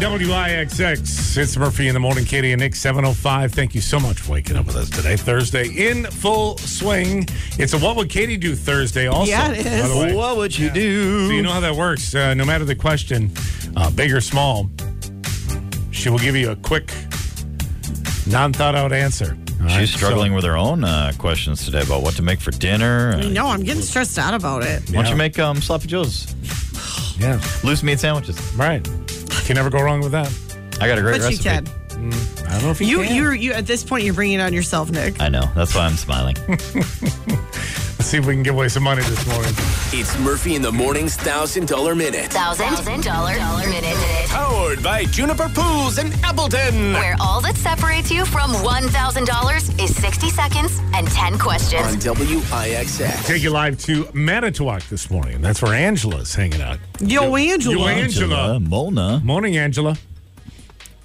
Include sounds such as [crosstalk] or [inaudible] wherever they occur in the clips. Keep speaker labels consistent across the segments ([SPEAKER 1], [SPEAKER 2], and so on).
[SPEAKER 1] WIXX. It's Murphy in the morning, Katie and Nick, 705. Thank you so much for waking up with us today. Thursday in full swing. It's a What Would Katie Do Thursday also.
[SPEAKER 2] Yeah, it is.
[SPEAKER 1] by the way.
[SPEAKER 3] What would you do?
[SPEAKER 1] So you know how that works. Uh, no matter the question, uh, big or small, she will give you a quick, non thought out answer. All right,
[SPEAKER 3] She's
[SPEAKER 1] so-
[SPEAKER 3] struggling with her own uh, questions today about what to make for dinner. Uh,
[SPEAKER 2] No, I'm getting stressed out about it.
[SPEAKER 3] Why don't
[SPEAKER 1] Yeah.
[SPEAKER 3] you make um, sloppy joes,
[SPEAKER 1] Yeah.
[SPEAKER 3] loose meat sandwiches?
[SPEAKER 1] Right. Can never go wrong with that.
[SPEAKER 3] I got a great
[SPEAKER 2] But you
[SPEAKER 3] recipe.
[SPEAKER 2] can.
[SPEAKER 1] I don't know if
[SPEAKER 2] You
[SPEAKER 1] can.
[SPEAKER 2] you you at this point you're bringing it on yourself, Nick.
[SPEAKER 3] I know. That's why I'm
[SPEAKER 1] [laughs]
[SPEAKER 3] smiling.
[SPEAKER 1] Let's see if we can give away some money this morning.
[SPEAKER 4] It's Murphy in the Morning's $1,000 Minute.
[SPEAKER 5] Thousand dollar minute,
[SPEAKER 4] Powered by Juniper Pools in Appleton.
[SPEAKER 5] where all that separates you from one thousand dollars is sixty seconds and ten
[SPEAKER 4] On
[SPEAKER 5] questions.
[SPEAKER 4] WIXX.
[SPEAKER 1] Take you live to Manitowoc this morning. That's where Angela's hanging out.
[SPEAKER 2] Yo, Angela.
[SPEAKER 1] Yo, Angela.
[SPEAKER 3] Mona.
[SPEAKER 1] Morning, Angela.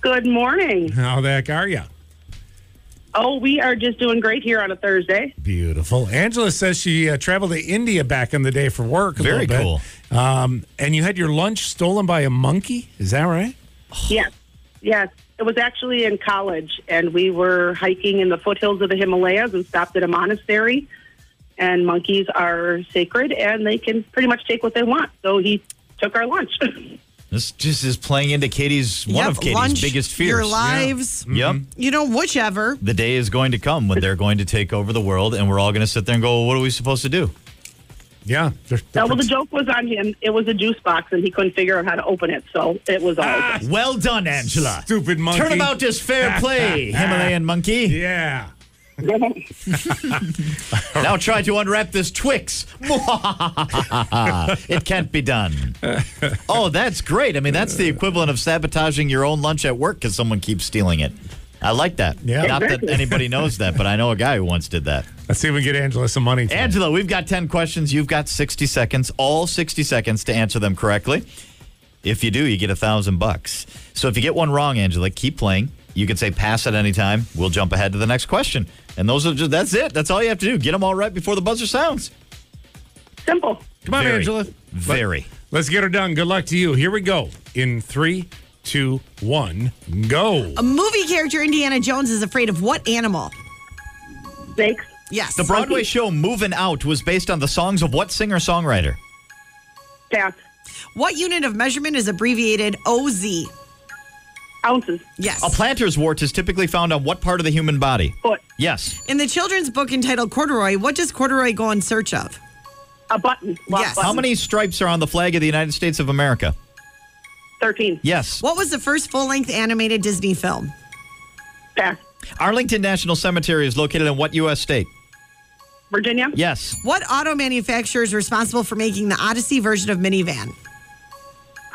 [SPEAKER 6] Good morning.
[SPEAKER 1] How the heck are you?
[SPEAKER 6] Oh, we are just doing great here on a Thursday.
[SPEAKER 1] Beautiful. Angela says she uh, traveled to India back in the day for work. A
[SPEAKER 3] Very
[SPEAKER 1] little bit.
[SPEAKER 3] cool.
[SPEAKER 1] Um, and you had your lunch stolen by a monkey. Is that right?
[SPEAKER 6] Yes. Yes. It was actually in college, and we were hiking in the foothills of the Himalayas and stopped at a monastery. And monkeys are sacred, and they can pretty much take what they want. So he took our lunch. [laughs]
[SPEAKER 3] This just is playing into Katie's, one
[SPEAKER 2] Yep,
[SPEAKER 3] of Katie's
[SPEAKER 2] lunch,
[SPEAKER 3] biggest fears.
[SPEAKER 2] Your lives.
[SPEAKER 3] Yep.
[SPEAKER 1] Mm-hmm.
[SPEAKER 2] You know, whichever.
[SPEAKER 3] The day is going to come when they're going to take over the world and we're all going to sit there and go, well, what are we supposed to do?
[SPEAKER 1] Yeah. They're- they're-
[SPEAKER 6] Uh, well, the joke was on him. It was a juice box, and he couldn't figure out how to open it. So it was all. good.
[SPEAKER 3] Well done, Angela.
[SPEAKER 1] Stupid monkey.
[SPEAKER 3] Turnabout is
[SPEAKER 1] [laughs]
[SPEAKER 3] fair play, Himalayan monkey.
[SPEAKER 1] yeah.
[SPEAKER 3] Now try to unwrap this Twix. [laughs] it can't be done. Oh, that's great. I mean, that's the equivalent of sabotaging your own lunch at work because someone keeps stealing it. I like that.
[SPEAKER 1] Yeah.
[SPEAKER 3] Not that
[SPEAKER 6] Exactly.
[SPEAKER 3] anybody knows that, but I know a guy who once did that.
[SPEAKER 1] Let's see if we can get Angela some money. tonight.
[SPEAKER 3] Angela, we've got 10 questions. You've got 60 seconds, all 60 seconds to answer them correctly. If you do, you get a thousand bucks. So if you get one wrong, Angela, keep playing. You can say pass at any time. We'll jump ahead to the next question. And those are just, that's it. That's all you have to do. Get them all right before the buzzer sounds.
[SPEAKER 6] [laughs] Simple.
[SPEAKER 1] Come on,
[SPEAKER 3] Very.
[SPEAKER 1] Angela.
[SPEAKER 3] Very.
[SPEAKER 1] Let's get her done. Good luck to you. Here we go. In three, two, one, go.
[SPEAKER 2] A movie character Indiana Jones is afraid of what animal?
[SPEAKER 6] Snakes.
[SPEAKER 2] Yes.
[SPEAKER 3] The Broadway show Movin' Out was based on the songs of what singer songwriter?
[SPEAKER 6] Pass.
[SPEAKER 2] What unit of measurement is abbreviated OZ?
[SPEAKER 6] Ounces.
[SPEAKER 2] Yes.
[SPEAKER 3] A planter's wart is typically found on what part of the human body?
[SPEAKER 6] Foot.
[SPEAKER 3] Yes.
[SPEAKER 2] In the children's book entitled Corduroy, what does corduroy go in search of?
[SPEAKER 6] A button. Lock
[SPEAKER 2] Yes.
[SPEAKER 6] button.
[SPEAKER 3] How many stripes are on the flag of the United States of America?
[SPEAKER 6] Thirteen.
[SPEAKER 3] Yes.
[SPEAKER 2] What was the first full length animated Disney film?
[SPEAKER 6] Pass.
[SPEAKER 3] Arlington National Cemetery is located in what U.S. state?
[SPEAKER 6] Virginia.
[SPEAKER 3] Yes.
[SPEAKER 2] What auto manufacturer is responsible for making the Odyssey version of minivan?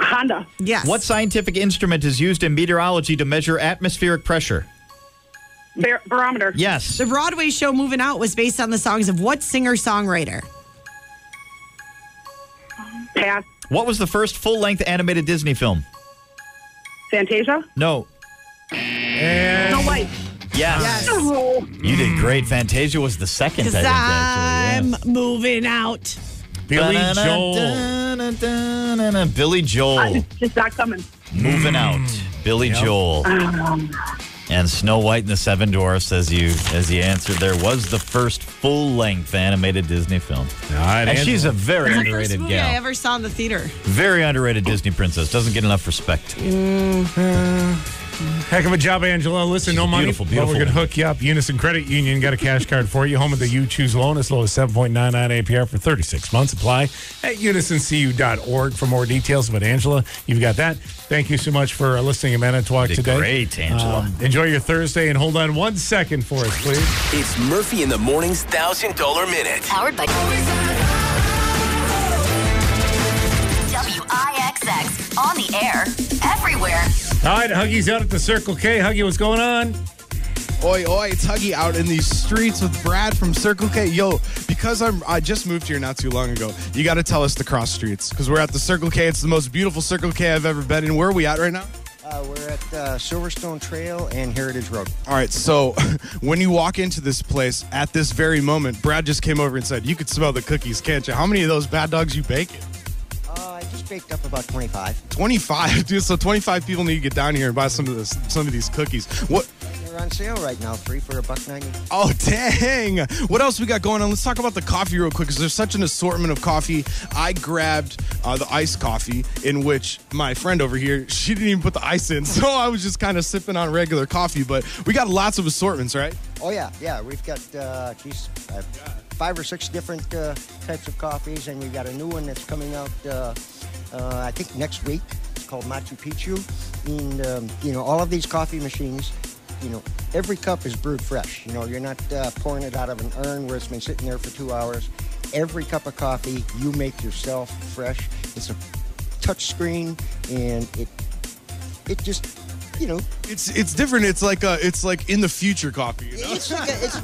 [SPEAKER 6] Honda.
[SPEAKER 2] Yes.
[SPEAKER 3] What scientific instrument is used in meteorology to measure atmospheric pressure?
[SPEAKER 6] Bar- barometer.
[SPEAKER 3] Yes.
[SPEAKER 2] the Broadway show Moving Out was based on the songs of what singer songwriter?
[SPEAKER 6] Pass.
[SPEAKER 3] What was the first full length animated Disney film?
[SPEAKER 6] Fantasia.
[SPEAKER 3] No.
[SPEAKER 1] And
[SPEAKER 6] No light.
[SPEAKER 3] Yes.
[SPEAKER 6] Oh.
[SPEAKER 3] You did great. Fantasia was the second, I
[SPEAKER 2] Because
[SPEAKER 3] think,
[SPEAKER 2] I'm
[SPEAKER 3] actually. yes.
[SPEAKER 2] moving out.
[SPEAKER 1] Billy Joel.
[SPEAKER 3] Dun-dun-dun-dun-dun-dun. Billy Joel.
[SPEAKER 6] It's just not coming.
[SPEAKER 3] Moving out. Billy Joel.
[SPEAKER 2] Uh-huh.
[SPEAKER 3] And Snow White and the Seven Dwarfs, as you as you answered, there was the first full length animated Disney film.
[SPEAKER 1] All right,
[SPEAKER 3] And
[SPEAKER 1] Angela.
[SPEAKER 3] she's a
[SPEAKER 2] The
[SPEAKER 3] very
[SPEAKER 2] first
[SPEAKER 3] underrated
[SPEAKER 2] movie I
[SPEAKER 3] gal.
[SPEAKER 2] ever saw in the theater.
[SPEAKER 3] Very underrated Disney princess. Doesn't get enough respect.
[SPEAKER 2] Mm.
[SPEAKER 1] Heck of a job, Angela. Listen, no
[SPEAKER 3] a
[SPEAKER 1] money.
[SPEAKER 3] beautiful,
[SPEAKER 1] but we're
[SPEAKER 3] beautiful
[SPEAKER 1] going to hook you up. Unison Credit Union got a cash card for you. Home of the You Choose loan as low as 7.99 APR for 36 months. Apply at unisoncu.org for more details. But, Angela, you've got that. Thank you so much for uh, listening to Manitowoc
[SPEAKER 3] Did
[SPEAKER 1] today.
[SPEAKER 3] great, Angela.
[SPEAKER 1] Um, enjoy your Thursday and hold on one second for us, please.
[SPEAKER 4] It's Murphy in the Morning's $1,000 Minute.
[SPEAKER 5] Powered by WIXX on the air, everywhere.
[SPEAKER 1] All right, Huggy's out at the Circle K. Huggy, what's going on?
[SPEAKER 7] Oi, oi, it's Huggy out in these streets with Brad from Circle K. Yo, because I'm I just moved here not too long ago, you gotta tell us the cross streets. Because we're at the Circle K. It's the most beautiful Circle K I've ever been in. Where are we at right now?
[SPEAKER 8] Uh, we're at uh, Silverstone Trail and Heritage Road.
[SPEAKER 7] All right, so [laughs] when you walk into this place at this very moment, Brad just came over and said, You could smell the cookies, can't you? How many of those bad dogs you baking?
[SPEAKER 8] Uh, I just baked up about 25.
[SPEAKER 7] 25, [laughs] dude. So 25 people need to get down here and buy some of this, some of these cookies. What?
[SPEAKER 8] They're on sale right now, three for a buck ninety.
[SPEAKER 7] Oh dang! What else we got going on? Let's talk about the coffee real quick because there's such an assortment of coffee. I grabbed uh, the iced coffee, in which my friend over here she didn't even put the ice in, [laughs] so I was just kind of sipping on regular coffee. But we got lots of assortments, right?
[SPEAKER 8] Oh yeah, yeah. We've got uh, geez, uh, five or six different uh, types of coffees, and we've got a new one that's coming out. Uh, uh, I think next week. It's called Machu Picchu, and um, you know all of these coffee machines. You know, every cup is brewed fresh. You know, you're not uh, pouring it out of an urn where it's been sitting there for two hours. Every cup of coffee you make yourself fresh. It's a touch screen, and it it just you know
[SPEAKER 7] It's it's different. It's like uh it's like in the future coffee. You
[SPEAKER 8] [laughs]
[SPEAKER 7] know?
[SPEAKER 8] it's like a, it's,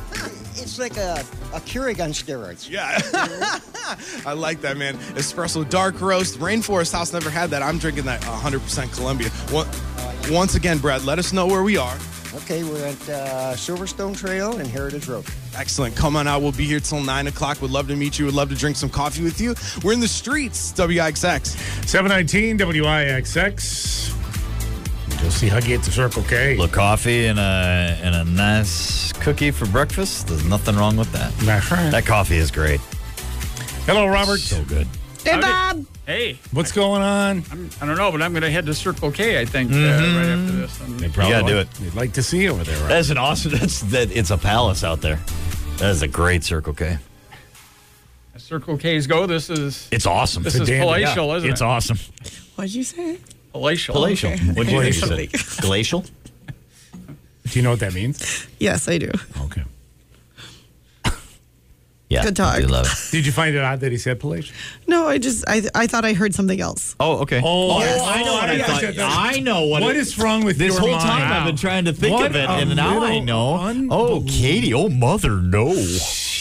[SPEAKER 8] it's like a, a Keurig on steroids.
[SPEAKER 7] Yeah. [laughs] I like that, man. Espresso dark roast. Rainforest House never had that. I'm drinking that 100% Colombia. What? Once again, Brad, let us know where we are.
[SPEAKER 8] Okay, we're at uh, Silverstone Trail and Heritage Road.
[SPEAKER 7] Excellent. Come on out. We'll be here till 9 o'clock. Would love to meet you. Would love to drink some coffee with you. We're in the
[SPEAKER 4] [gasps]
[SPEAKER 7] streets, WIXX.
[SPEAKER 1] 719 WIXX. Go see Huggy at the Circle K.
[SPEAKER 3] Look, coffee and a and a nice cookie for breakfast. There's nothing wrong with that.
[SPEAKER 1] That's right.
[SPEAKER 3] That coffee is great.
[SPEAKER 1] Hello, Robert.
[SPEAKER 3] So good.
[SPEAKER 2] Hey, Bob.
[SPEAKER 9] Hey,
[SPEAKER 1] What's going on?
[SPEAKER 9] I'm, I don't know, but I'm going to head to Circle K. I think uh, right after this. I'm-
[SPEAKER 3] gotta do
[SPEAKER 1] like- They'd like to see you over there, Robert.
[SPEAKER 3] That's an awesome. [laughs] That's that. It's a palace out there. That is a great Circle K.
[SPEAKER 9] as Circle K's go. This is
[SPEAKER 3] It's awesome.
[SPEAKER 9] this is
[SPEAKER 1] dandy,
[SPEAKER 9] palatial, isn't
[SPEAKER 3] it's
[SPEAKER 9] it?
[SPEAKER 3] awesome.
[SPEAKER 2] What'd you say?
[SPEAKER 9] palatial.
[SPEAKER 3] Palatial. What do you think? you
[SPEAKER 1] Palatial.
[SPEAKER 3] said? Glacial.
[SPEAKER 1] Do you know what that means?
[SPEAKER 2] Yes, I do.
[SPEAKER 1] Okay.
[SPEAKER 3] Yeah.
[SPEAKER 2] Good talk.
[SPEAKER 3] I do love it.
[SPEAKER 1] Did you find it odd that he said palatial?
[SPEAKER 2] No, I just I I thought I heard something else.
[SPEAKER 3] [laughs] Oh, okay.
[SPEAKER 1] Oh, yes.
[SPEAKER 3] I know what
[SPEAKER 1] Oh,
[SPEAKER 3] I
[SPEAKER 1] yes,
[SPEAKER 3] thought.
[SPEAKER 1] yes, yes.
[SPEAKER 3] I know what.
[SPEAKER 1] What
[SPEAKER 3] it-
[SPEAKER 1] is wrong with
[SPEAKER 3] this
[SPEAKER 1] your
[SPEAKER 3] whole
[SPEAKER 1] mind?
[SPEAKER 3] time? I've been
[SPEAKER 1] Wow.
[SPEAKER 3] trying to think
[SPEAKER 1] What
[SPEAKER 3] of it,
[SPEAKER 1] a
[SPEAKER 3] and now I
[SPEAKER 1] little
[SPEAKER 3] know. Oh,
[SPEAKER 1] unbelievable-
[SPEAKER 3] Katie. Oh, mother, no.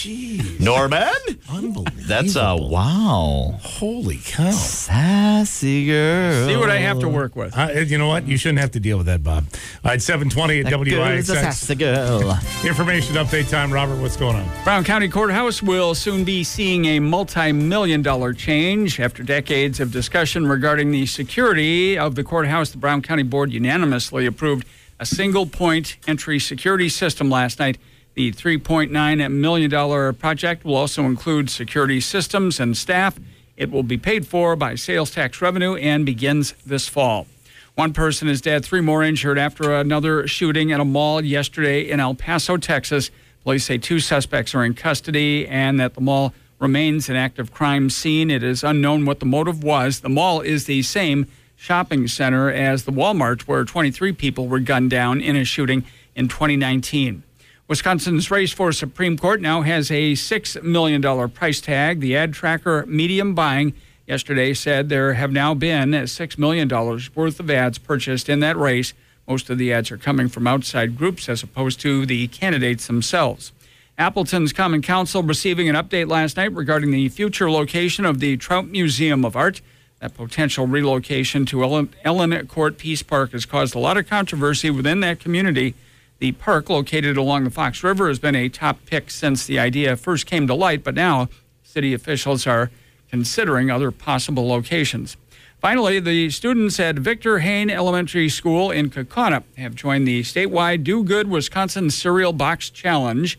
[SPEAKER 1] Jeez.
[SPEAKER 3] Norman.
[SPEAKER 1] Unbelievable.
[SPEAKER 3] That's a wow.
[SPEAKER 1] Holy cow.
[SPEAKER 3] Sassy girl.
[SPEAKER 9] See what I have to work with.
[SPEAKER 1] Uh, you know what? You shouldn't have to deal with that, Bob. All right, 720 at WIXX.
[SPEAKER 3] Sassy girl.
[SPEAKER 1] Information update time. Robert, what's going on?
[SPEAKER 9] Brown County Courthouse will soon be seeing a multi million dollar change. After decades of discussion regarding the security of the courthouse, the Brown County Board unanimously approved a single point entry security system last night. The $3.9 million project will also include security systems and staff. It will be paid for by sales tax revenue and begins this fall. One person is dead, three more injured after another shooting at a mall yesterday in El Paso, Texas. Police say two suspects are in custody and that the mall remains an active crime scene. It is unknown what the motive was. The mall is the same shopping center as the Walmart where 23 people were gunned down in a shooting in 2019. Wisconsin's race for Supreme Court now has a $6 million price tag. The ad tracker Medium Buying yesterday said there have now been $6 million worth of ads purchased in that race. Most of the ads are coming from outside groups as opposed to the candidates themselves. Appleton's Common Council receiving an update last night regarding the future location of the Trout Museum of Art. That potential relocation to Ellen, Ellen Court Peace Park has caused a lot of controversy within that community. The park, located along the Fox River, has been a top pick since the idea first came to light, but now city officials are considering other possible locations. Finally, the students at Victor Hain Elementary School in Kakana have joined the statewide Do Good Wisconsin Cereal Box Challenge.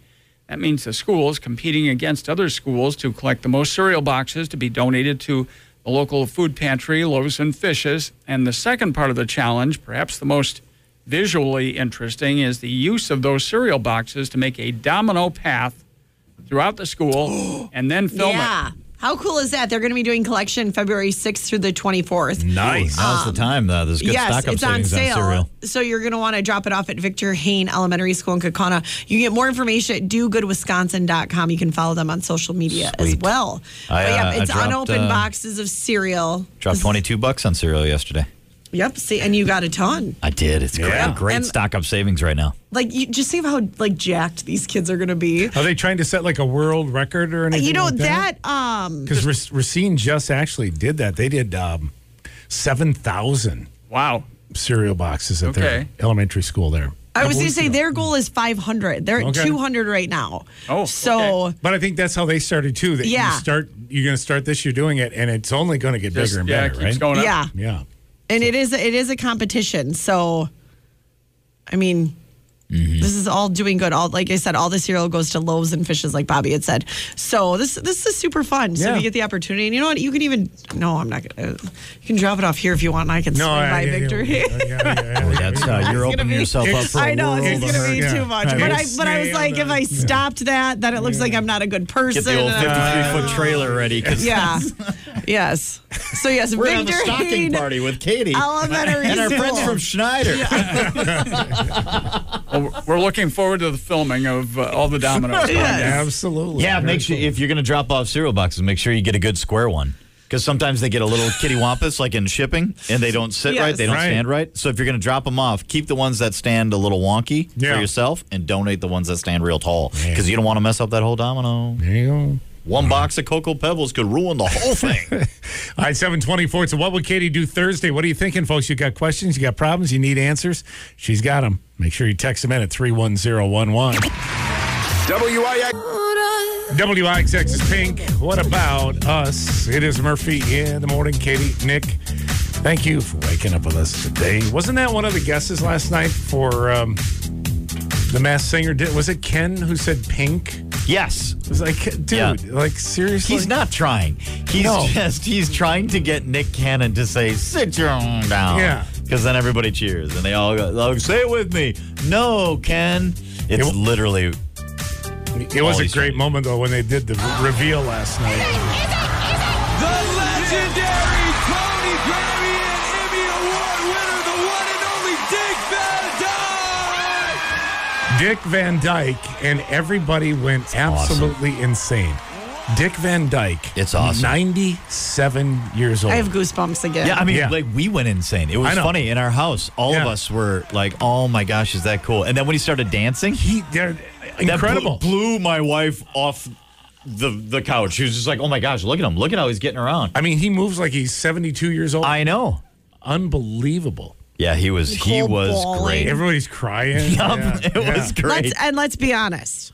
[SPEAKER 9] That means the schools competing against other schools to collect the most cereal boxes to be donated to the local food pantry, Loaves and Fishes. And the second part of the challenge, perhaps the most visually interesting, is the use of those cereal boxes to make a domino path throughout the school and then film it.
[SPEAKER 2] yeah. How cool is that? They're going to be doing collection February 6th through the 24th.
[SPEAKER 1] Nice.
[SPEAKER 3] Now's the time. though. There's good
[SPEAKER 2] yes,
[SPEAKER 3] stock up
[SPEAKER 2] it's on
[SPEAKER 3] savings
[SPEAKER 2] sale.
[SPEAKER 3] on cereal.
[SPEAKER 2] so you're going to want to drop it off at Victor Hain Elementary School in Kakana. You can get more information at dogoodwisconsin.com. You can follow them on social media as
[SPEAKER 3] Sweet.
[SPEAKER 2] well.
[SPEAKER 3] I,
[SPEAKER 2] But
[SPEAKER 3] uh, I
[SPEAKER 2] it's
[SPEAKER 3] dropped,
[SPEAKER 2] unopened
[SPEAKER 3] uh,
[SPEAKER 2] boxes of cereal.
[SPEAKER 3] Dropped 22 bucks on cereal yesterday.
[SPEAKER 2] Yep. See, and you got a ton.
[SPEAKER 3] I did. It's great.
[SPEAKER 1] Yeah.
[SPEAKER 3] Great
[SPEAKER 2] And-
[SPEAKER 3] stock up savings right now.
[SPEAKER 2] Like, you just think of how like jacked these kids are going to be.
[SPEAKER 1] Are they trying to set like a world record or anything?
[SPEAKER 2] You know
[SPEAKER 1] like
[SPEAKER 2] that? Um,
[SPEAKER 1] Because Racine just actually did that. They did um, 7,000
[SPEAKER 9] Wow.
[SPEAKER 1] cereal boxes at their
[SPEAKER 9] Okay.
[SPEAKER 1] elementary school there.
[SPEAKER 2] I was going
[SPEAKER 1] Couple
[SPEAKER 2] to
[SPEAKER 1] weeks
[SPEAKER 2] say
[SPEAKER 1] ago.
[SPEAKER 2] their goal is 500. They're
[SPEAKER 1] Okay.
[SPEAKER 2] at 200 right now.
[SPEAKER 9] Oh,
[SPEAKER 2] so
[SPEAKER 9] okay.
[SPEAKER 1] But I think that's how they started too. That
[SPEAKER 2] Yeah.
[SPEAKER 1] you start, you're going to start this year doing it, and it's only going to get
[SPEAKER 9] Just-
[SPEAKER 1] bigger and
[SPEAKER 9] yeah, it
[SPEAKER 1] better,
[SPEAKER 9] keeps
[SPEAKER 1] right?
[SPEAKER 9] going up.
[SPEAKER 2] yeah,
[SPEAKER 1] Yeah.
[SPEAKER 2] and it is it is a competition. So, I mean,
[SPEAKER 3] Mm-hmm.
[SPEAKER 2] this is all doing good. All like I said, all the cereal goes to loaves and fishes, like Bobby had said. So this this is super fun. So
[SPEAKER 1] Yeah.
[SPEAKER 2] we get the opportunity, and you know what? You can even no, I'm not. gonna You can drop it off here if you want. and I can swing by victory.
[SPEAKER 3] [laughs] That's uh, you're opening yourself up for a
[SPEAKER 2] [laughs] I know it's
[SPEAKER 3] world of
[SPEAKER 2] gonna
[SPEAKER 1] hurt.
[SPEAKER 2] be
[SPEAKER 1] Yeah.
[SPEAKER 2] too much,
[SPEAKER 1] Right.
[SPEAKER 2] but I
[SPEAKER 1] It's
[SPEAKER 2] but I was
[SPEAKER 1] nailed
[SPEAKER 2] like, if I
[SPEAKER 1] it. Yeah.
[SPEAKER 2] stopped that, then it looks like I'm not a good person.
[SPEAKER 3] Get the old
[SPEAKER 2] and I'm
[SPEAKER 3] 53
[SPEAKER 2] like,
[SPEAKER 3] foot trailer ready because [laughs]
[SPEAKER 2] Yeah. yes. So yes,
[SPEAKER 3] we're going to
[SPEAKER 2] Victor
[SPEAKER 3] have a stocking
[SPEAKER 2] Hayden
[SPEAKER 3] party with Katie
[SPEAKER 2] Elementary
[SPEAKER 3] [laughs] and our
[SPEAKER 2] School.
[SPEAKER 3] friends from Schneider. [laughs]
[SPEAKER 9] Well, we're- we're looking forward to the filming of uh, all the
[SPEAKER 4] [laughs]
[SPEAKER 9] dominoes.
[SPEAKER 1] Absolutely.
[SPEAKER 3] Yeah, make sure if you're going to drop off cereal boxes, make sure you get a good square one. Because sometimes they get a little kitty wampus, like in shipping, and they don't sit right,
[SPEAKER 2] Yes.
[SPEAKER 3] they don't
[SPEAKER 1] Right.
[SPEAKER 3] stand right. So if you're going to drop them off, keep the ones that stand a little wonky
[SPEAKER 1] Yeah.
[SPEAKER 3] for yourself, and donate the ones that stand real tall. Because you don't want to mess up that whole domino.
[SPEAKER 1] There you go.
[SPEAKER 3] One box of cocoa pebbles could ruin the
[SPEAKER 1] [laughs]
[SPEAKER 3] whole thing.
[SPEAKER 1] All right, 724. So, what would Katie do Thursday? What are you thinking, folks? You got questions, you got problems, you need answers? She's got them. Make sure you text them in at 31011.
[SPEAKER 4] WIX.
[SPEAKER 1] WIXX is pink. What about us? It is Murphy in the morning. Katie, Nick, thank you for waking up with us today. Wasn't that one of the guesses last night for um, the mass singer? Did, was it Ken who said pink?
[SPEAKER 3] yes,
[SPEAKER 1] It was like, dude,
[SPEAKER 3] Yeah.
[SPEAKER 1] like seriously?
[SPEAKER 3] he's not trying. He's
[SPEAKER 1] No.
[SPEAKER 3] just he's trying to get Nick Cannon to say sit your own down.
[SPEAKER 1] Yeah.
[SPEAKER 3] Because then everybody cheers and they all go, "Oh, say it with me. No, Ken. It's
[SPEAKER 1] It-
[SPEAKER 3] literally
[SPEAKER 1] It was a
[SPEAKER 3] Always
[SPEAKER 1] great
[SPEAKER 3] funny.
[SPEAKER 1] moment though when they did the r- reveal last night.
[SPEAKER 4] The legendary Tony Grammy and Emmy Award winner, the one and only Dick Van
[SPEAKER 1] Dick Van
[SPEAKER 4] Dyke.
[SPEAKER 1] Dyke and everybody went absolutely insane. Dick Van Dyke,
[SPEAKER 3] It's awesome.
[SPEAKER 1] 97 years old.
[SPEAKER 2] I have goosebumps again.
[SPEAKER 3] Yeah, I mean,
[SPEAKER 1] Yeah.
[SPEAKER 3] like we went insane. It
[SPEAKER 1] I
[SPEAKER 3] was
[SPEAKER 1] know.
[SPEAKER 3] funny in our house. All
[SPEAKER 1] Yeah.
[SPEAKER 3] of us were like, "Oh my gosh, is that cool?" And then when he started dancing,
[SPEAKER 1] he they're
[SPEAKER 3] that blew-
[SPEAKER 1] incredible.
[SPEAKER 3] blew, my wife off the the couch. She was just like, "Oh my gosh, look at him! Look at how he's getting around."
[SPEAKER 1] I mean, he moves like he's 72 years old.
[SPEAKER 3] I know.
[SPEAKER 1] Unbelievable.
[SPEAKER 3] Yeah, he was. He
[SPEAKER 2] Nicole
[SPEAKER 3] was
[SPEAKER 2] Balling.
[SPEAKER 3] great.
[SPEAKER 1] Everybody's crying.
[SPEAKER 3] [laughs] Um,
[SPEAKER 1] Yeah,
[SPEAKER 3] it
[SPEAKER 1] yeah.
[SPEAKER 3] was great.
[SPEAKER 2] let's and let's be honest.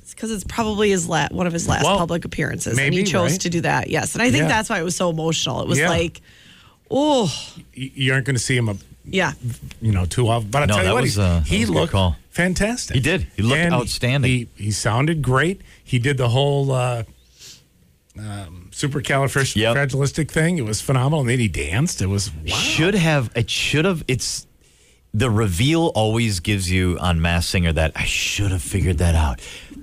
[SPEAKER 2] It's because it's probably his la- one of his last
[SPEAKER 1] Well,
[SPEAKER 2] public appearances, and
[SPEAKER 1] maybe,
[SPEAKER 2] he chose
[SPEAKER 1] right?
[SPEAKER 2] to do that. Yes, and I think
[SPEAKER 1] Yeah.
[SPEAKER 2] that's why it was so emotional. It was
[SPEAKER 1] Yeah.
[SPEAKER 2] like, oh,
[SPEAKER 1] You you aren't going to see him, uh,
[SPEAKER 2] yeah.
[SPEAKER 1] you know, too often. But I
[SPEAKER 3] No,
[SPEAKER 1] tell you
[SPEAKER 3] that
[SPEAKER 1] what,
[SPEAKER 3] was,
[SPEAKER 1] he-
[SPEAKER 3] uh, that
[SPEAKER 1] he
[SPEAKER 3] was a good
[SPEAKER 1] looked
[SPEAKER 3] call.
[SPEAKER 1] fantastic.
[SPEAKER 3] He did. He looked
[SPEAKER 1] And
[SPEAKER 3] outstanding.
[SPEAKER 1] He, he sounded great. He did the whole uh, um, supercalifragilistic thing. It was phenomenal. And then he danced. It was wow.
[SPEAKER 3] Should have. It should have. It's the reveal always gives you on Mass Singer that I should have figured that out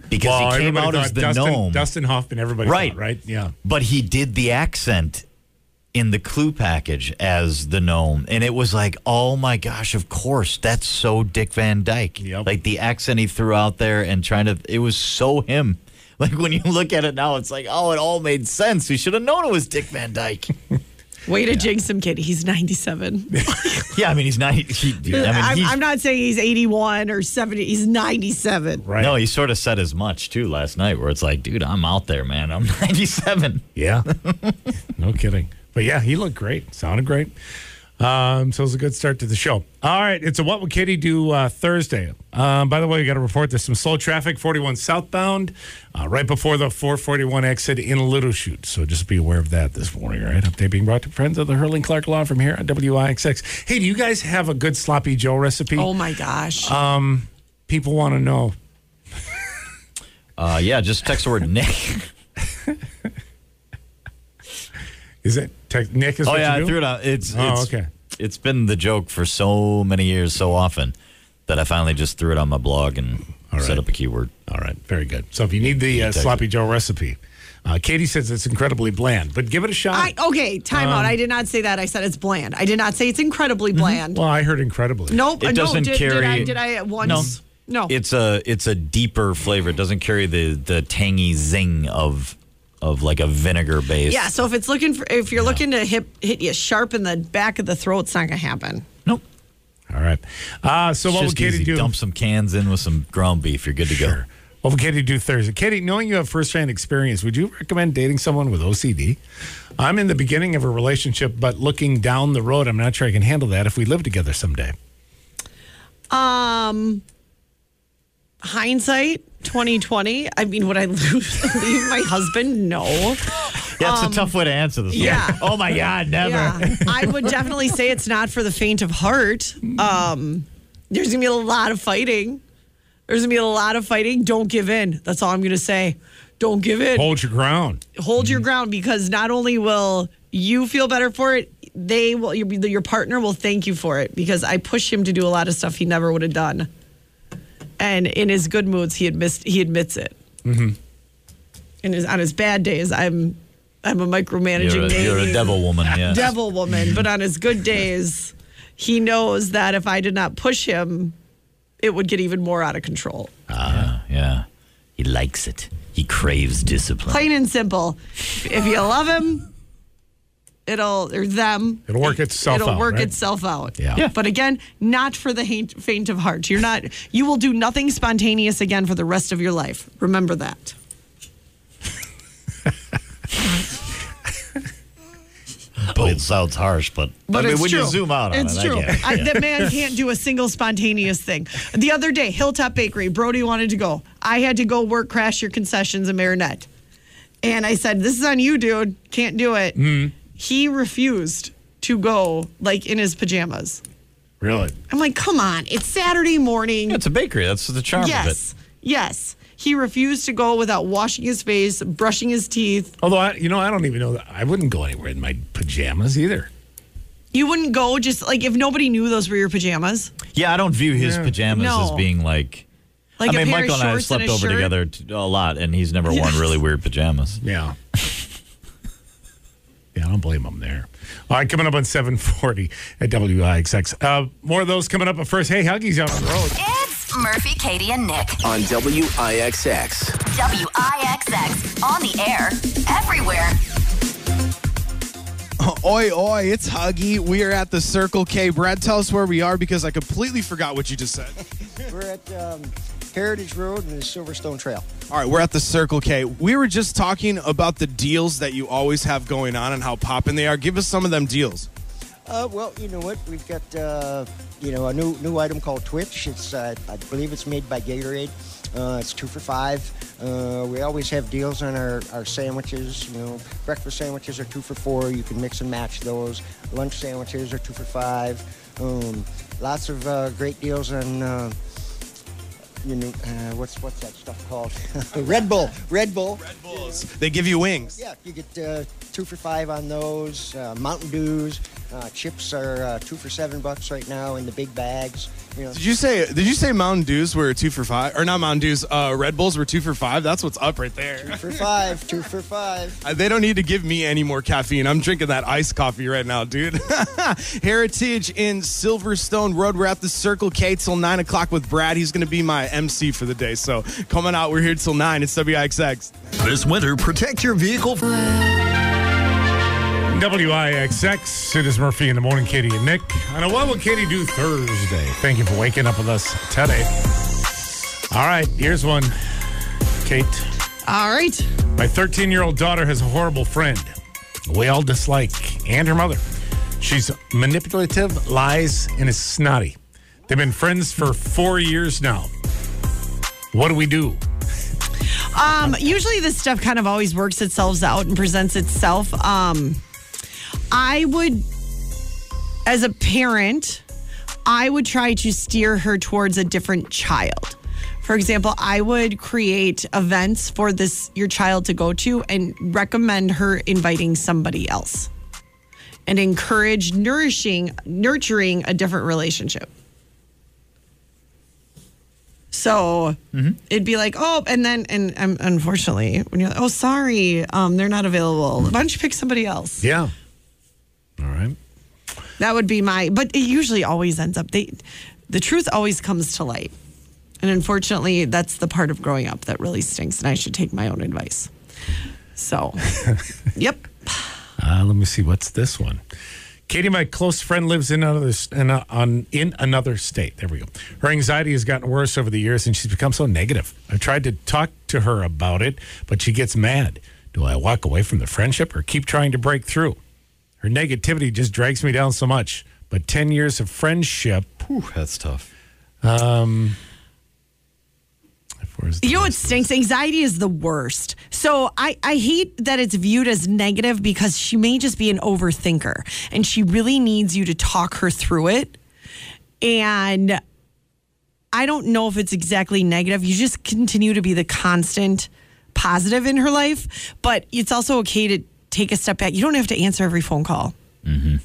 [SPEAKER 3] because
[SPEAKER 1] Well,
[SPEAKER 3] he came
[SPEAKER 1] everybody
[SPEAKER 3] out as
[SPEAKER 1] thought
[SPEAKER 3] the
[SPEAKER 1] Dustin,
[SPEAKER 3] gnome.
[SPEAKER 1] Dustin Hoffman. Everybody,
[SPEAKER 3] Right.
[SPEAKER 1] thought, right, yeah.
[SPEAKER 3] but he did the accent in the clue package as the gnome and it was like oh my gosh of course that's so dick van dyke
[SPEAKER 1] Yep.
[SPEAKER 3] like the accent he threw out there and trying to it was so him [laughs] like when you look at it now it's like oh it all made sense we should have known it was dick van dyke [laughs]
[SPEAKER 2] Way to jinx him, kid. He's 97.
[SPEAKER 3] yeah i mean he's not he, he- i mean
[SPEAKER 2] [laughs] I'm,
[SPEAKER 3] he's-
[SPEAKER 2] I'm not saying he's 81 or 70. He's 97.
[SPEAKER 1] Right.
[SPEAKER 3] no he sort of said as much too last night where it's like dude i'm out there man i'm [laughs] 97
[SPEAKER 1] Yeah. [laughs] no kidding. But yeah, he looked great. Sounded great. Um, so it was a good start to the show. All right. It's a What Would Katie Do uh, Thursday. Um, by the way, we got to report there's some slow traffic, 41 southbound, uh, right before the 441 exit in Little Chute. So just be aware of that this morning, all right? Update being brought to friends of the Hurling Clark Law from here on WIXX. Hey, do you guys have a good sloppy Joe recipe?
[SPEAKER 2] Oh my gosh.
[SPEAKER 1] People want to know.
[SPEAKER 3] uh yeah just text the word [laughs] nick
[SPEAKER 1] Is it tech, Nick? Is
[SPEAKER 3] Oh
[SPEAKER 1] what
[SPEAKER 3] yeah,
[SPEAKER 1] you
[SPEAKER 3] I
[SPEAKER 1] do?
[SPEAKER 3] threw it out. It's,
[SPEAKER 1] Oh,
[SPEAKER 3] it's
[SPEAKER 1] okay.
[SPEAKER 3] It's been the joke for so many years, so often that I finally just threw it on my blog and set up a keyword.
[SPEAKER 1] All right, very good. So if you need the uh,
[SPEAKER 3] Thank you.
[SPEAKER 1] sloppy Joe recipe, uh, Katie says it's incredibly bland, but give it a shot.
[SPEAKER 2] I oh. okay, time
[SPEAKER 3] um,
[SPEAKER 2] out. I did not say that. I said it's bland. I did not say it's incredibly bland.
[SPEAKER 1] well, I heard incredibly.
[SPEAKER 2] nope.
[SPEAKER 3] Mm-hmm. It
[SPEAKER 2] uh,
[SPEAKER 3] doesn't
[SPEAKER 2] no, did, Did I,
[SPEAKER 3] carry-
[SPEAKER 2] did I at once? No.
[SPEAKER 3] It's a it's a deeper flavor. It doesn't carry the the tangy zing of of like a vinegar base.
[SPEAKER 2] yeah. So if it's looking for, if you're looking to hit hit you sharp in the back of the throat, it's not gonna happen.
[SPEAKER 3] Nope.
[SPEAKER 1] All right. Uh, so
[SPEAKER 3] It's
[SPEAKER 1] what would
[SPEAKER 3] just
[SPEAKER 1] Katie
[SPEAKER 3] easy.
[SPEAKER 1] do?
[SPEAKER 3] Dump some cans in with some ground beef. You're good to go.
[SPEAKER 1] What would Katie do Thursday? Katie, knowing you have firsthand experience, would you recommend dating someone with OCD? I'm in the beginning of a relationship, but looking down the road, I'm not sure I can handle that if we live together someday.
[SPEAKER 2] Um, hindsight, 2020. I mean, would I [laughs] lose, leave my husband? No.
[SPEAKER 3] Yeah, it's a tough way to answer this. one.
[SPEAKER 2] Um, yeah.
[SPEAKER 3] Oh my God, never.
[SPEAKER 2] Yeah, I would definitely say it's not for the faint of heart. Um, there's gonna be a lot of fighting. There's gonna be a lot of fighting. Don't give in. That's all I'm gonna say. Don't give in. Hold,
[SPEAKER 1] Hold your ground.
[SPEAKER 3] Mm-hmm.
[SPEAKER 2] your ground because not only will you feel better for it, they will. Your, your partner will thank you for it because I pushed him to do a lot of stuff he never would have done. And in his good moods, he admits he admits it. Mm-hmm. And his, on his bad days, I'm I'm a micromanaging.
[SPEAKER 3] You're, a, you're a
[SPEAKER 2] baby
[SPEAKER 3] devil woman.
[SPEAKER 2] [laughs]
[SPEAKER 3] Yeah.
[SPEAKER 2] devil woman, but on his good days, he knows that if I did not push him, it would get even more out of control.
[SPEAKER 3] Ah, yeah. He likes it. He craves discipline.
[SPEAKER 2] Plain and simple. If you love him, it'll or them.
[SPEAKER 1] It'll work itself
[SPEAKER 2] it'll
[SPEAKER 1] out,
[SPEAKER 2] work
[SPEAKER 1] right?
[SPEAKER 2] itself out.
[SPEAKER 3] Yeah. Yeah.
[SPEAKER 2] But again, not for the haint, faint of heart. You're not. You will do nothing spontaneous again for the rest of your life. Remember that.
[SPEAKER 3] Boom. Oh, It sounds harsh, but,
[SPEAKER 2] But
[SPEAKER 3] I mean,
[SPEAKER 2] it's
[SPEAKER 3] when
[SPEAKER 2] true.
[SPEAKER 3] you zoom out on
[SPEAKER 2] it's
[SPEAKER 3] it,
[SPEAKER 2] true.
[SPEAKER 3] I get it.
[SPEAKER 2] I,
[SPEAKER 3] Yeah.
[SPEAKER 2] That man can't do a single spontaneous thing. The other day, Hilltop Bakery, Brody wanted to go. I had to go work, crash your concessions in Marinette. And I said, This is on you, dude. Can't do it.
[SPEAKER 3] Hmm.
[SPEAKER 2] He refused to go, like in his pajamas.
[SPEAKER 1] Really?
[SPEAKER 2] I'm like, Come on. It's Saturday morning.
[SPEAKER 3] Yeah, it's a bakery. That's the charm
[SPEAKER 2] yes. Yes. He refused to go without washing his face, brushing his teeth.
[SPEAKER 1] Although, I, you know, I don't even know that I wouldn't go anywhere in my pajamas either.
[SPEAKER 2] You wouldn't go just like if nobody knew those were your pajamas.
[SPEAKER 3] of it. Yeah, I don't view his pajamas
[SPEAKER 2] No.
[SPEAKER 3] as being like.
[SPEAKER 2] Like
[SPEAKER 3] I
[SPEAKER 2] a
[SPEAKER 3] mean,
[SPEAKER 2] pair
[SPEAKER 3] Michael
[SPEAKER 2] of
[SPEAKER 3] and I have
[SPEAKER 2] shorts
[SPEAKER 3] slept
[SPEAKER 2] and a
[SPEAKER 3] over
[SPEAKER 2] shirt.
[SPEAKER 3] together t- a lot, and he's never worn
[SPEAKER 2] Yes.
[SPEAKER 3] really weird pajamas.
[SPEAKER 1] Yeah. yeah, I don't blame them there. All right, coming up on 740 at WIXX. Uh, more of those coming up, but first, hey, Huggies out on the road.
[SPEAKER 5] It's Murphy, Katie, and Nick.
[SPEAKER 10] on WIXX.
[SPEAKER 5] WIXX. On the air. Everywhere.
[SPEAKER 7] Oi, oi, it's Huggy. We are at the Circle K. Brad, tell us where we are because I completely forgot what you just said.
[SPEAKER 8] We're at um, Heritage Road and the Silverstone Trail.
[SPEAKER 7] All right, we're at the Circle K. We were just talking about the deals that you always have going on and how poppin' they are. Give us some of them deals.
[SPEAKER 8] Uh, well, you know what? We've got uh, you know a new new item called Twitch. It's uh, I believe it's made by Gatorade. Uh, it's two for five. Uh, we always have deals on our, our sandwiches. You know, breakfast sandwiches are two for four. You can mix and match those. Lunch sandwiches are two for five. Um, lots of uh, great deals on. Uh, you know, uh, what's what's that stuff called? [laughs] Red Bull. Red Bull.
[SPEAKER 7] They give you wings.
[SPEAKER 8] Yeah, you get uh, two for five on those. Uh, Mountain Dews, uh, chips are uh, two for seven bucks right now in the big bags. You know,
[SPEAKER 7] Did you say did you say Mountain Dews were two for five? Or not Mountain Dews, uh, Red Bulls were two for five? That's what's up right
[SPEAKER 8] two [laughs]
[SPEAKER 7] there.
[SPEAKER 8] for five, two for five.
[SPEAKER 7] Uh, They don't need to give me any more caffeine. I'm drinking that iced coffee right now, dude. [laughs] Heritage in Silverstone Road. We're at the Circle K till 9 o'clock with Brad. He's going to be my MC for the day. So coming out, we're here till 9. It's WIXX.
[SPEAKER 10] This winter, protect your vehicle.
[SPEAKER 1] WIXX, it is Murphy in the morning, Katie and Nick. I know what will Katie do Thursday? Thank you for waking up with us today. All right, here's one. Kate,
[SPEAKER 2] All right.
[SPEAKER 1] my 13 year old daughter has a horrible friend we all dislike, and her mother. She's manipulative, lies, and is snotty. They've been friends for four years now. What do we do?
[SPEAKER 2] Um, usually this stuff kind of always works itself out and presents itself. Um, I would, as a parent, I would try to steer her towards a different child. For example, I would create events for this your child to go to and recommend her inviting somebody else and encourage nourishing nurturing a different relationship. So it'd be like, oh, and then, and um, unfortunately, when you're like, oh, sorry, um, they're not available. Why don't you pick somebody else?
[SPEAKER 1] Yeah. All right.
[SPEAKER 2] That would be my. But it usually always ends up. They, the truth always comes to light, and unfortunately, that's the part of growing up that really stinks. And I should take my own advice. So, [laughs] yep.
[SPEAKER 1] Uh, let me see. What's this one? Katie, my close friend, lives in another in, a, on, in another state. There we go. Her anxiety has gotten worse over the years, and she's become so negative. I've tried to talk to her about it, but she gets mad. Do I walk away from the friendship or keep trying to break through? Her negativity just drags me down so much. But ten years of friendship
[SPEAKER 3] But that's tough.
[SPEAKER 1] Um, Where's the-
[SPEAKER 2] You know what stinks? Anxiety is the worst. So I, I hate that it's viewed as negative because she may just be an overthinker and she really needs you to talk her through it. And I don't know if it's exactly negative. You just continue to be the constant positive in her life, but it's also okay to take a step back. You don't have to answer every phone call.
[SPEAKER 3] and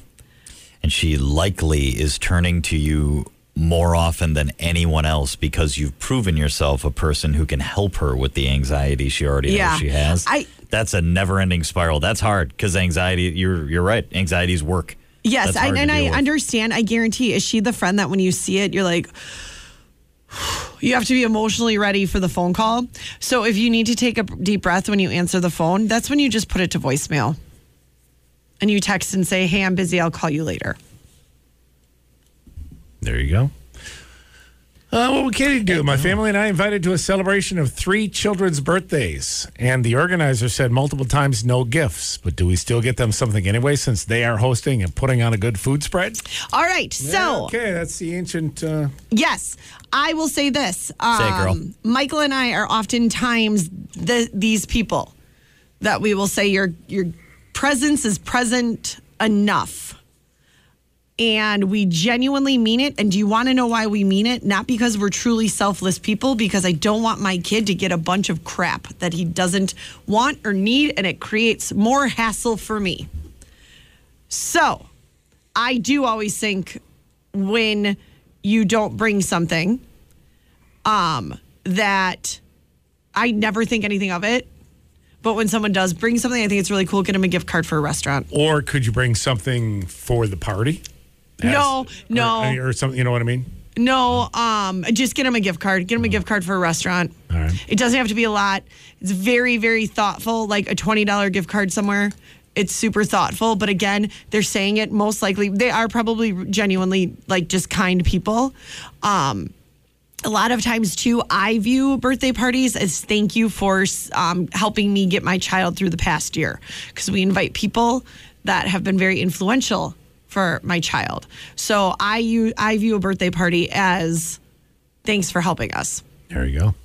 [SPEAKER 3] she likely is turning to you more often than anyone else because you've proven yourself a person who can help her with the anxiety she already
[SPEAKER 2] Yeah.
[SPEAKER 3] knows she has.
[SPEAKER 2] I-
[SPEAKER 3] That's a never-ending spiral. That's hard because anxiety. You're you're right. Anxiety's work.
[SPEAKER 2] Yes,
[SPEAKER 3] That's
[SPEAKER 2] I,
[SPEAKER 3] hard to
[SPEAKER 2] and I
[SPEAKER 3] deal with.
[SPEAKER 2] understand. I guarantee. Is she the friend that when you see it, you're like, [sighs] you have to be emotionally ready for the phone call? So if you need to take a deep breath when you answer the phone, that's when you just put it to voicemail. And you text and say, hey, I'm busy. I'll call you later.
[SPEAKER 1] There you go. Uh, what would Katie do? My family and I invited to a celebration of three children's birthdays, and the organizer said multiple times no gifts. But do we still get them something anyway since they are hosting and putting on a good food spread?
[SPEAKER 2] All right. so,
[SPEAKER 1] okay, that's the ancient. Uh,
[SPEAKER 2] yes, I will say this. um,
[SPEAKER 3] Say it, girl.
[SPEAKER 2] Michael and I are oftentimes the, these people that we will say your your presence is present enough. And we genuinely mean it. And do you want to know why we mean it? Not because we're truly selfless people, because I don't want my kid to get a bunch of crap that he doesn't want or need, and it creates more hassle for me. So I do always think when you don't bring something, um, that I never think anything of it. But when someone does bring something, I think it's really cool. Get them a gift card for a restaurant.
[SPEAKER 1] or could you bring something for the party?
[SPEAKER 2] No,
[SPEAKER 1] As-
[SPEAKER 2] no.
[SPEAKER 1] or, or something. You know what I mean?
[SPEAKER 2] No, um, just get them a gift card. Get them a gift card for a restaurant.
[SPEAKER 1] All right.
[SPEAKER 2] It doesn't have to be a lot. It's very, very thoughtful, like a $20 gift card somewhere. It's super thoughtful. But again, they're saying it most likely. They are probably genuinely like just kind people. Um, a lot of times, too, I view birthday parties as thank you for um, helping me get my child through the past year because we invite people that have been very influential for my child. So I, u- I view a birthday party as thanks for helping us.
[SPEAKER 1] There you go.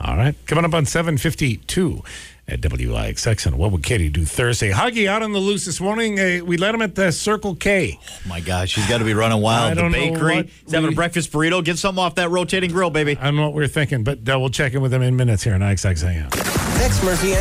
[SPEAKER 1] All right. Coming up on 752 at WIXX and What Would Katie Do Thursday? Huggy out on the loose this morning. Uh, we let him at the Circle K.
[SPEAKER 3] Oh my gosh, she's got to be running
[SPEAKER 1] I
[SPEAKER 3] wild. The
[SPEAKER 1] don't know
[SPEAKER 3] bakery.
[SPEAKER 1] what
[SPEAKER 3] She's having
[SPEAKER 1] we-
[SPEAKER 3] a breakfast burrito. Get something off that rotating grill, baby.
[SPEAKER 1] I don't know what we are thinking, but uh, we'll check in with him in minutes here on IXX Hangout.
[SPEAKER 10] Text Murphy